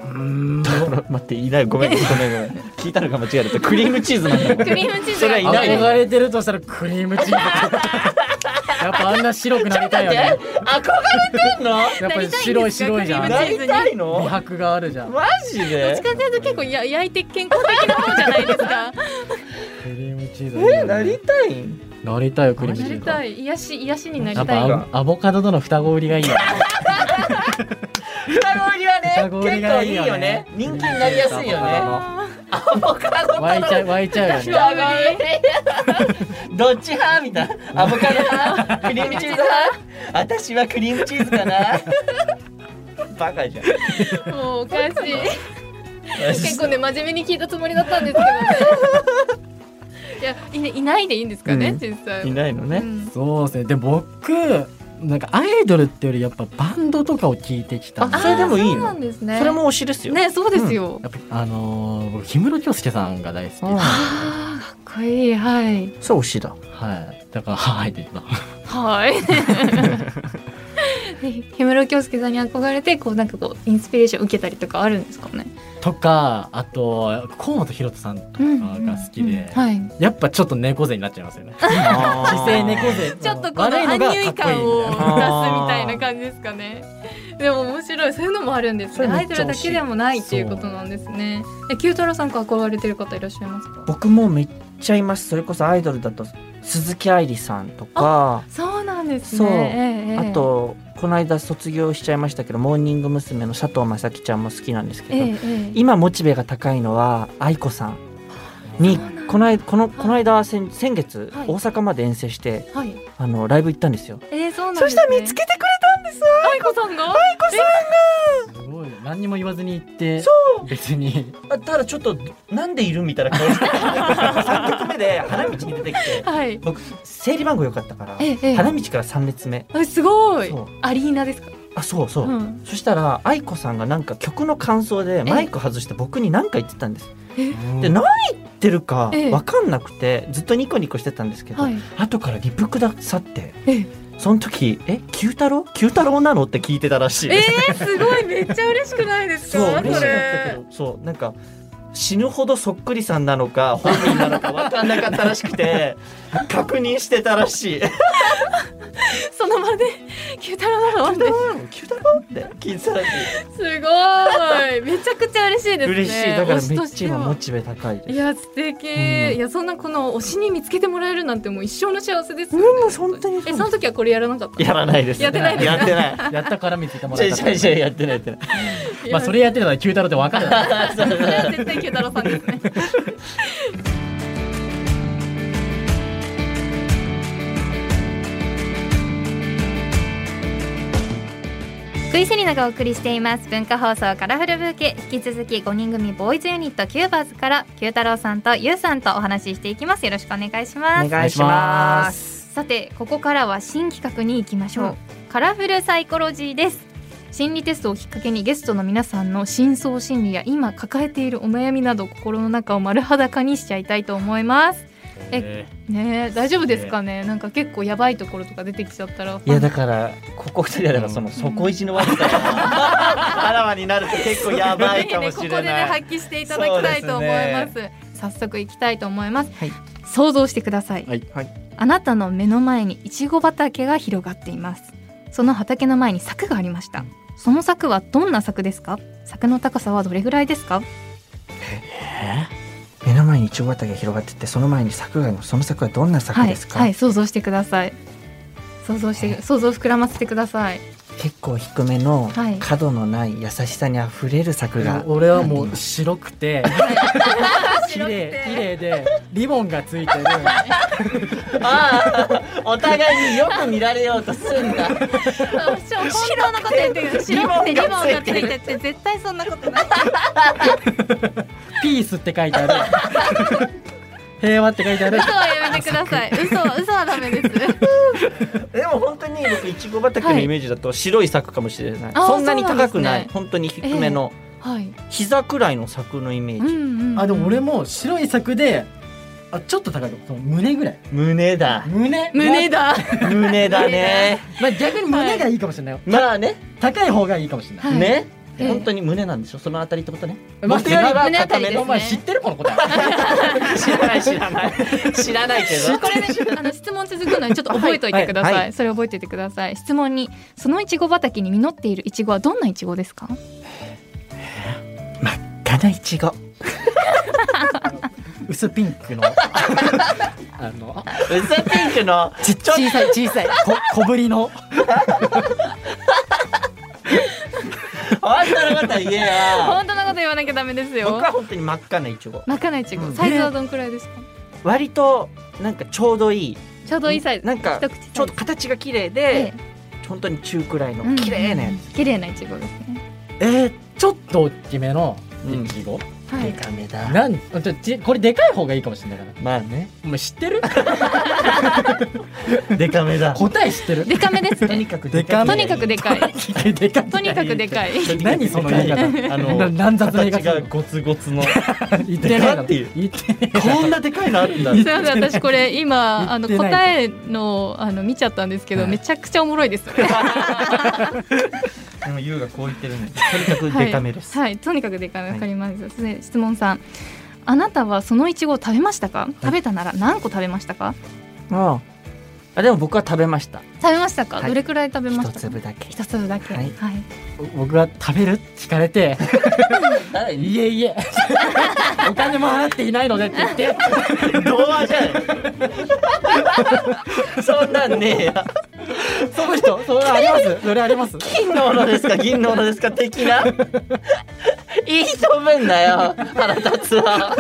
S4: ーん。
S3: 待っていないごめんごめんごめん聞いたのが間違えたクリームチーズなんだもん
S2: クリームチーズ
S3: それはい
S2: が
S3: ない
S4: 憧れてるとしたらクリ ームチーズ。やっぱあんな白くなりたいよね。
S3: 憧れてんの
S4: やっぱり白い白いじゃ
S2: な
S4: ん。
S3: な
S2: り
S3: り
S2: た
S3: た
S2: い
S3: い
S4: 美
S3: の
S4: 白があるじゃん。ク
S3: マジ
S2: どっ
S3: で
S2: ちかというと結構や焼いて健康的な方じゃないですか。
S4: リームチーズ。
S3: えなりたいん
S4: なりたいよクリームチ
S2: な
S4: ー
S2: り
S4: ズ。
S2: たい癒し癒しにな
S4: や
S2: り
S4: った
S2: い。
S4: ぱアボカドとの双子売りがいいよね。
S3: 双子にはね
S4: 双子売り
S3: 結
S4: が
S3: 構
S4: い
S3: い
S4: い
S3: い
S4: よ
S3: よ
S4: ね
S3: ね人気になりやすいよね
S2: あ
S3: アボカド
S4: 湧いちゃう湧いちゃうよ ね。
S3: 双子売りどっち派みたいなアボカド派クリームチーズ派私はクリームチーズかなバカじゃん
S2: ーもうおかしい。結構ね真面目に聞いたつもりだったんですけどね。いやいないいないでいいんですかね、
S3: うん
S2: 実際は。
S3: いないの
S2: う
S3: ね
S2: ん
S4: そうですね。で僕なんかアイドルってよりやっぱバンドとかを聞いてきたんで
S3: あそれでもいいよ
S2: あーそうなんですね。
S3: それも推しですよ
S2: ねそうですよ。
S4: やっぱあのー僕氷室京介さんが大好きで、
S3: うん
S4: は
S2: ああかっこいいはい
S3: それ推しだ
S4: いだからはいって言っ
S2: はい。で氷室京介さんに憧れてこうなんかこうインスピレーション受けたりとかあるんですかね。
S4: たとかあと河本ロ人さんとかが好きで、
S2: はい。
S4: やっぱちょっと猫背になっちゃいますよね
S3: 姿
S4: 姿勢猫背
S2: ちょっとこの
S4: 悪い
S2: ア
S4: の
S2: ニ
S4: が
S2: ュイ
S4: かっ
S2: 感を
S4: こいい
S2: 出すみ
S4: みたいな
S2: たいな感じですかね。でも面白いそういうのもあるんです
S3: そ
S2: ね。
S3: れ
S2: ア
S3: め
S2: イ
S3: っちゃ
S2: ドルだけでもないっていうことなんですね。え九太郎さんか憧れてる方いらっしゃいますか。
S3: 僕もめっちゃいますそれこそアイドルだと鈴木愛理さんとか
S2: そうなんです
S3: そう
S2: ね。
S3: あとこの間卒業しちゃいましたけどモーニング娘。の佐藤正樹ちゃんも好きなんですけ
S2: ええ
S3: ど、
S2: ええええ
S3: 今モチベが高いのは愛子さんに
S2: そうなんだ
S3: この間このこの間先先月、
S2: はい
S3: 大阪まで遠征して
S2: はい。
S3: あのライブ行ったんですよ。
S2: ええそうなんですね。
S3: そしたら見つけてくれたんです
S2: 愛子さんが。
S4: すごい何にも言わずに行って
S3: そ
S4: 別に
S3: あだからちょっとなんでいるみたいな顔して3列目で花道に出てきて
S2: はい。
S3: 僕 整理番号良かったから、
S2: ええええ
S3: 花道から3列目
S2: あすごい
S3: そう。
S2: アリーナですか。
S3: あそうそう、
S2: うん。
S3: そしたら愛子さんがなんか曲の感想でマイク外して僕に何か言ってたんですで何言ってるか
S2: ええ
S3: 分かんなくてずっとニコニコしてたんですけど、
S2: はい。
S3: 後からリプくださって
S2: ええ
S3: その時「え九太郎九太郎なの?」って聞いてたらしいです、
S2: えー、すごいめっちゃ嬉しくないですか
S3: そう嬉し
S2: そ
S3: かったけ
S2: れ
S3: どそうなんか死ぬほどそっくりさんなのか本人なのか分かんなかったらしくて確認してたらしい
S2: その場で九太郎なのって
S3: 「九太郎?」って聞いてた らしい
S2: すごいめちゃくちゃ嬉しいですね
S3: 嬉しいだから
S2: 推し
S3: め
S2: と
S3: っ
S2: して
S3: ちゃ今
S2: は
S3: モチベ高いです
S2: いや素敵、
S3: うん
S2: いやそんなこの推しに見つけてもらえるなんてもう一生の幸せですよね、
S3: うん本当に
S2: えその時はこれやらなかった
S3: やらないです。
S2: やってないです
S3: やってない。
S4: やったから見つけても
S3: じ
S4: ら
S3: ゃ
S4: っ
S3: い
S4: た
S3: じゃいじゃいやってないやってない。
S2: いや
S4: まあそれやってたら九太郎ってわかる
S2: それは絶対九太郎さんです ね福井セリナがお送りしています文化放送カラフルブーケ引き続き5人組ボーイズユニットキューバーズから九太郎さんとゆうさんとお話ししていきますよろしくお願いします
S3: お願いします
S2: さてここからは新企画に行きましょう、
S3: うん
S2: カラフルサイコロジーです心理テストをきっかけにゲストの皆さんの深層心理や今抱えているお悩みなど心の中を丸裸にしちゃいたいと思います
S4: え
S2: ねえ大丈夫ですかねなんか結構やばいところとか出てきちゃったら
S3: いやだからここ二人はだからその底意地の悪さ があらわになると結構やばいかもし
S2: ぜひね
S3: れ
S2: こ
S3: ない。
S2: こでね発揮していただきたいと思います
S3: そ
S2: 早速いきたいと思います、
S3: はい
S2: 想像してください、
S4: はい
S3: はい
S2: あなたの目の前にいちご畑が広がっていますその畑の前に柵がありましたその柵はどんな柵ですか柵の高さはどれぐらいですか
S3: 目の前にイチョウ畑が広がっててその前に柵があるのその柵はどんな柵
S2: はい、
S3: ですか、
S2: はい、想像してください想像して想像膨らませてください
S3: 結構低めの
S2: はい
S3: 角のない優しさにあふれる柵が、
S4: 俺はもう白くて綺麗綺麗でリボンがついてる
S3: ああお互いによく見られようとすん だ
S2: 本当のこと言ってる白くてリボンがついてて絶対そんなことない
S4: ピースって書いてある平和って書いてある
S2: 嘘はやめてください嘘は嘘はダメです
S3: でも本 当に僕いちご畑のイメージだと白い柵かもしれない、
S2: あー
S3: そんなに高くない
S2: そうなんですね
S3: 本当に低めの
S2: はい、
S3: 膝くらいの柵のイメージ、
S2: ん
S4: あでも俺も白い柵であちょっと高いとこその胸ぐらい
S3: 胸だ
S4: 胸
S2: 胸だ
S3: 胸 だね
S4: まあ、逆に胸がいいかもしれないよ、
S3: まあね
S4: 高い方がいいかもしれない、
S2: はい
S3: ね、
S2: ええ
S3: 本当に胸なんでしょそのあたりってことね。
S4: 待ってより
S3: 僕
S2: 胸あたり
S3: 高め
S2: です
S3: の
S4: お前知ってるこの答え
S3: 知らない知らない知らないけど。
S2: これね、あの質問続くのでちょっと覚えといてください。
S3: はいはい
S2: それ覚えといてください。質問にそのいちご畑に実っているいちごはどんないちごですか？
S3: 真っ赤ないちご。
S4: 薄ピンクのあのあ
S3: 薄ピンクの
S4: ち小さい小さいこ小ぶりの
S3: あんたのこと言えよ。
S2: 本当のこと言わなきゃダメです
S3: 僕
S2: よ
S3: は。本当に真っ赤ないちご。
S2: なかないち
S3: う
S2: ご。
S3: ん
S2: サイズはどんくらいですか？
S3: 割となんかちょうどいい。
S2: ちょうどいいサイズ。
S3: なんか
S2: 一口サイズ
S3: ちょうど形が綺麗
S2: え
S3: で、本当に中くらいの
S2: え
S3: 綺麗なや
S2: うん綺麗なイチゴですね。
S4: えー、ちょっと大きめの
S3: うん
S4: いちご、
S3: つ。
S2: は
S3: で
S2: い。
S3: かめだ。
S4: なんあちょちこれでかい方がいいかもしれないから
S3: まあね。
S4: お前知ってる
S3: でかめだ。
S4: 答え知っ てる
S2: でかめです
S3: とに
S2: ね。
S3: かく
S4: でか
S2: と
S4: め
S2: にかくでかい。
S4: でかい
S2: とにかくでかい。
S4: 何その言い方
S3: あ
S4: な
S3: の
S4: 乱雑な言い
S3: 形
S4: 方
S3: がゴツゴツの。
S4: 言って
S3: で
S4: ないだ
S3: か
S4: ろ
S3: っていう
S4: 言ってね
S3: こんなでかいのあるんだ
S2: すいません私これ今あの
S4: 言ってないと
S2: 答えのあの見ちゃったんですけど
S4: はい
S2: めちゃくちゃおもろいです。
S3: でも優がこう言ってるんで。とにかく
S2: はい
S3: でかめです。
S2: はい、とにかくでかめ
S3: はい
S2: わかります、で質問さんあなたはそのいちごを食べましたか食べたなら何個食べましたか
S3: ああでも僕は食べました
S2: 食べましたか、
S3: はい
S2: どれくらい食べました
S3: 一
S2: か
S3: 粒だ け
S2: 一粒だけは
S3: はいい、
S4: 僕は食べるって聞かれて
S3: 誰に
S4: いえいえ お金も払っていないのでって言って
S3: 童話じゃん そんなんねえや
S4: その人それありますそれあります
S3: 金のものですか銀のものですか的な言い飛ぶんだ よ腹立つわ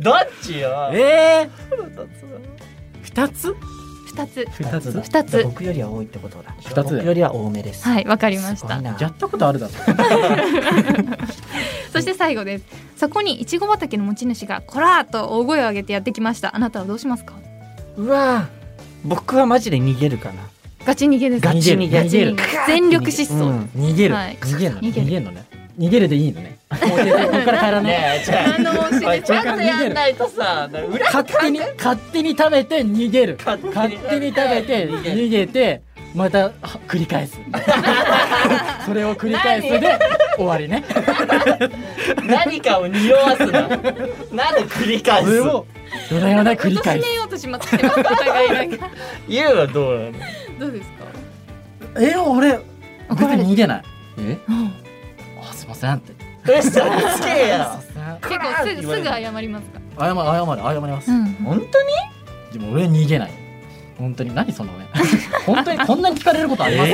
S3: どっちよ
S4: ええ
S3: 腹立つわ
S4: 二つ
S2: 2つ
S4: 二つ
S2: 二つ
S3: 僕よりは多いってことだ
S4: 二つ
S3: 僕よりは多めです
S2: はいわかりまし
S3: すご
S2: た
S3: いな
S4: やったことあるだろ
S2: そして最後ですそこにいちご畑の持ち主がこらーと大声を上げてやってきましたあなたはどうしますか
S3: うわ僕はマジで逃げるかな
S2: ガチ逃げです
S3: ガチ逃げ
S2: ガチ逃げ全力疾走、
S3: うん
S4: 逃げる
S2: はい
S4: 逃げるのね
S2: 逃げる
S4: 逃げるのね逃げるでいい のねもう全然ここから帰らない
S3: ねえじゃ
S2: あのし
S3: あ
S2: ね
S3: ちゃんとやんないとさ裏
S4: 勝手に 勝手に食べて逃げる
S3: 勝手に
S4: 勝手に食べて
S3: 逃げる
S4: 逃げてまたは繰り返す それを繰り返すで終わりね
S3: 何かを匂わすな。なんで繰り返
S4: そ
S3: す
S4: れ。を夜な夜な繰り
S2: 貶
S4: 返
S2: め
S4: す
S2: ようとしまってますお互いなんか
S3: ゆうは どうなの。
S2: どうですか
S4: え俺
S2: 怒られた
S4: 逃げないえあすいませんって
S3: え、それつけや。
S2: 結構すぐすぐ謝りますか
S4: 謝る謝る謝ります、
S2: ん
S3: 本当に。
S4: でも俺逃げない本当に何その ね本当にこんなに聞かれることあります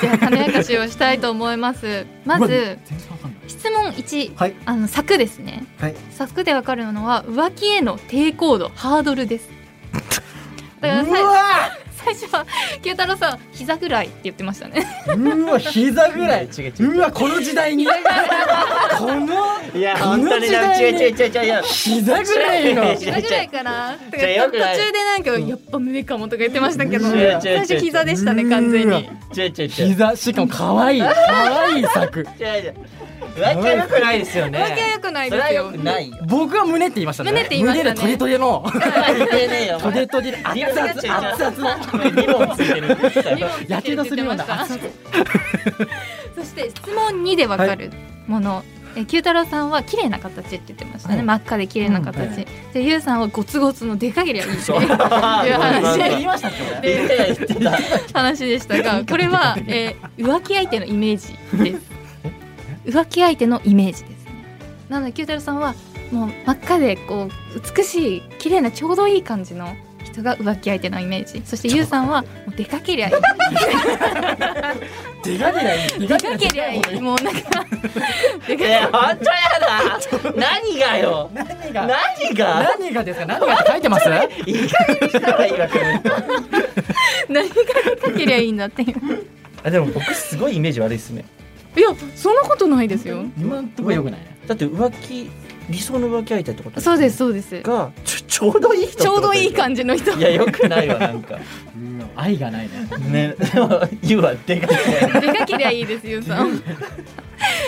S2: じゃあ種明かしをしたいと思います。ま
S4: うわ
S2: ず
S4: 全然わかんない
S2: 質問1、
S4: はい
S2: あの柵ですね。
S4: はい
S2: 柵でわかるのは浮気への抵抗度ハードルです。だからさ
S4: わ
S2: 最初は九太郎さん膝ぐらいって言ってましたね
S4: うわ膝ぐらい
S3: 違う違う
S4: うわこの時代にこの
S3: いや
S4: この
S3: 本当に
S4: 時
S3: な
S4: 代
S3: 違う違
S4: に
S3: う違う違ういや
S4: 膝ぐらいの
S3: 違う
S2: 膝ぐらいかなとか途
S3: じゃあよ
S2: 中
S3: く
S2: で
S3: ない
S2: なんかやっぱ胸かもとか言ってましたけど
S4: うん
S2: 最初膝でしたね完全
S4: うわ
S2: に
S3: 違う違う違う
S4: 膝しかも可愛い可愛い作
S3: 違う違う仲良くないですよね
S2: わけはよくない
S3: そ
S2: で
S3: れは
S2: す
S3: 良
S2: よ
S3: くないよ
S4: 僕は胸って言いましたね
S2: 胸って言いましたね
S4: 胸でトゲトゲの
S3: 言ってねえよお
S4: ト
S3: 前
S4: ゲトゲで熱々熱々の
S3: リボンついてる
S4: やけどするような熱
S2: そして質問2でわかるもの、えー九太郎さんは綺麗な形って言ってましたね、
S3: はい
S2: 真っ赤で綺麗な形、
S4: うんは
S2: でゆうさんはゴツゴツのでかけりゃいいって
S3: そう
S2: いう
S4: 々
S2: 話
S4: 言いましたっけ
S3: 言ってた言ってた
S2: 話でしたがこれは、えー浮気相手のイメージです浮気相手のイメージですなので九太郎さんはもう真っ赤でこう美しい綺麗なちょうどいい感じの人が浮気相手のイメージそしてゆうさんはもうでかけりゃいい
S4: でかけりゃいいで
S2: でかけりゃいいもうなんかで
S3: い
S2: か
S3: や本 当やだ何がよ
S4: 何が
S3: 何が
S4: 何がですか何がって書いてます
S3: いい加減にしたらいいわけね
S2: 何がでかけりゃいいんだっていう
S3: あでも僕すごいイメージ悪いですね
S2: いやそんなことないですよ
S4: 今んとこ良くないね
S3: だって浮気理想の浮気相手ってこと
S2: そうですそうです
S3: がちょちょうどいい人
S2: ちょうどいい感じの人
S3: いやよくないわなんか
S4: 愛がないね
S3: ねでも言うわでかい
S2: でかけりゃいいですよさん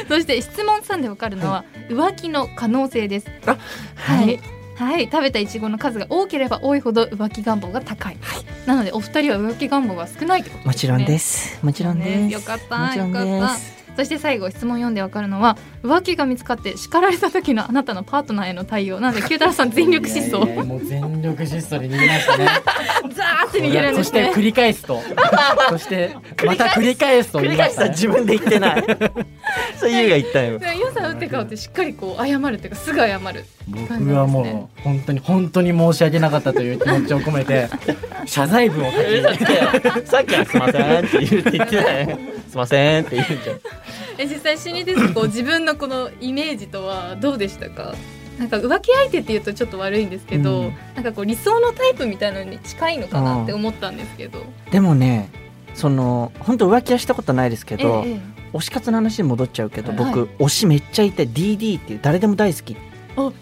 S2: そして質問さんでわかるのは浮気の可能性です
S3: あ
S2: はいはい食べたイチゴの数が多ければ多いほど浮気願望が高い、なのでお二人は浮気願望が少ないってことで
S3: も
S2: す
S3: ち
S2: ね
S3: ろんですもちろんです、
S2: ねよかった
S3: もちろん
S2: よかっ
S3: で
S2: た
S3: す
S2: そして最後質問読んでわかるのは浮気が見つかって叱られた時のあなたのパートナーへの対応なので九太郎さん全力疾
S4: いやい
S2: 走
S4: やもう全力疾走で逃げましたね
S2: ザーって逃げるん
S4: そ
S2: で
S4: し
S2: す
S4: て
S2: ね
S4: 繰り返すとそしてまた繰り返すと
S3: 繰
S4: 言い
S3: り
S4: ま
S3: 返
S4: し
S3: した
S4: た
S3: 自分で言って ないそれゆうが言ったよ
S2: でユウさん打って顔ってしっかりこう謝るっていうかすぐ謝る
S4: 僕はもう本当に本当に申し訳なかったという気持ちを込めて謝罪文を書き
S3: 嘘つけよさっきはすいませんって言うって言ってたよすいませんって言うんじゃん
S2: え実際心理テ ストこう自分のこのイメージとはどうでしたかなんか浮気相手っていうとちょっと悪いんですけど、
S3: うん
S2: なんかこう理想のタイプみたいなのに近いのかなって思ったんですけど、
S3: でもねその本当浮気はしたことないですけ
S2: え
S3: ど、
S2: え
S3: 推し活の話に戻っちゃうけど、
S4: はい
S3: 僕推しめっちゃいて DD っていう誰でも大好き、
S2: あ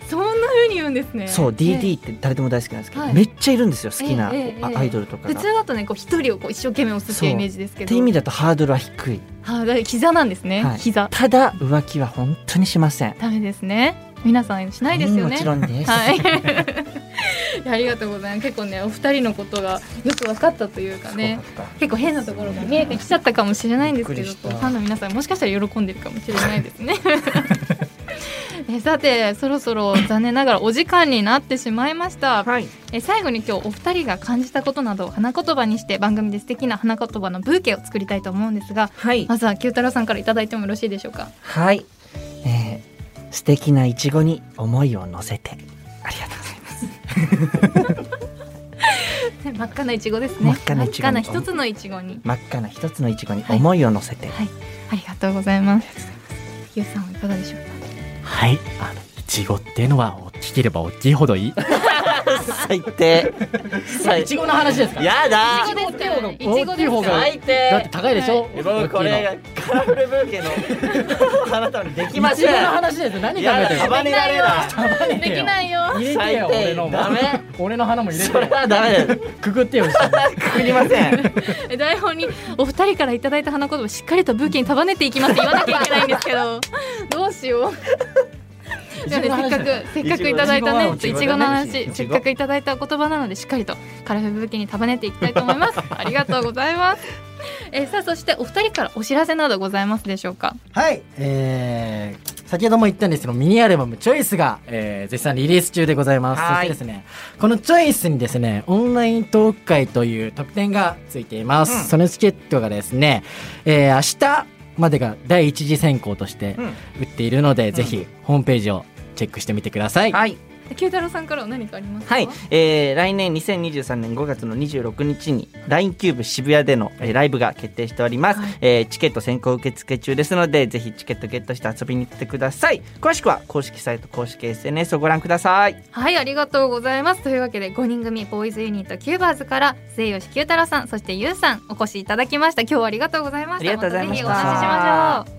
S2: そんな風に言うんですね
S3: そう
S2: ええ
S3: DD って誰でも大好きなんですけど、
S2: はい
S3: めっちゃいるんですよ好きな、
S2: ええええ
S3: あアイドルとか
S2: 普
S3: が。
S2: 通だとねこう一人をこう一生懸命押すっていうイメージですけ
S3: っ
S2: ど
S3: て意味だとハードルは低い
S2: はあだから膝なんですね、
S3: はい
S2: 膝
S3: ただ浮気は本当にしません
S2: ダメですね皆さんしないですよ
S3: うん
S2: ね
S3: もちろんです、
S2: はい。いやありがとうございます。結構ね、お二人のことがよく分かったというかね。結構変なところが見えてきちゃったかもしれないんですけ
S3: び
S2: ど、
S3: っく
S2: フ
S3: りした
S2: ァンの皆さんもしかしたら喜んでるかもしれないです ね。えさてそろそろ残念ながらお時間になってしまいました、
S3: はい、
S2: え最後に今日お二人が感じたことなどを花言葉にして番組で素敵な花言葉のブーケを作りたいと思うんですが
S3: はい
S2: まずは九太郎さんからいただいてもよろしいでしょうか
S3: はい、えー、素敵なイチゴに思いを乗せてありがとうございます
S2: ね真っ赤なイチゴですね
S3: 真っ赤なイチゴに
S2: 真っ赤な一つのイチゴに
S3: 真っ赤な一つのイチゴに思いを乗せて
S2: はい、ありがとうございます。ゆうさんはいかがでしょうか。
S4: はいあのイチゴっていうのは大きければ大きいほどいい
S3: 最低最
S4: イチゴの話ですか
S3: やだ
S2: いちごですから。い
S4: 大きい方が
S3: 最低
S4: だって高いでしょ
S3: 僕これがカラフルブーケの花束にでき
S4: イ
S3: ま
S4: チゴ
S3: せん
S4: の話ですよ何考
S3: や
S4: え
S3: だ
S4: てる
S3: 束ねられない
S2: できないよ。
S4: 入れて
S3: 最
S4: よ
S3: 低
S4: 俺のも
S3: ダメ
S4: 俺の花も入れ
S3: それ
S4: てよ
S3: はダメだよ
S4: くくってよ
S3: くりません
S2: え台本にお二人からいただいた花言葉しっかりと武器に束ねていきますって言わなきゃいけないんですけど、どうしよう。でもね、せっかくせっかくいただいたね
S3: いち
S2: い
S3: ご
S2: ちごの
S3: だね
S2: 話
S3: いちご
S2: せっかくいただいたお言葉なのでしっかりとカラフルブーケに束ねていきたいと思いますありがとうございますえーさあそしてお二人からお知らせなどございますでしょうか
S4: はい、えー、先ほども言ったんですけど、ミニアルバム、チョイスが、えー、絶賛リリース中でございます。そ
S3: はい
S4: してですね、このチョイスにですね、オンライントーク会という特典がついています。
S3: うん
S4: そのチケットがですね、えー、明日までが第一次選考として
S3: うん
S4: 売っているので、
S3: ん
S4: ぜひ、ホームページをチェックしてみてください。
S3: はい
S6: 慶太郎さんからは何かありますか
S3: はい、えー来年2023年5月の26日に LINE キューブ渋谷での、えーライブが決定しております、えーチケット先行受付中ですのでぜひチケットゲットして遊びに来てください詳しくは公式サイト公式 SNS をご覧ください
S2: はいありがとうございますというわけで5人組ボーイズユニットキューバーズから末吉九太郎さんそしてゆうさんお越しいただきました今日はありがとうございました
S3: ありがとうございました
S2: たぜひお話ししましょう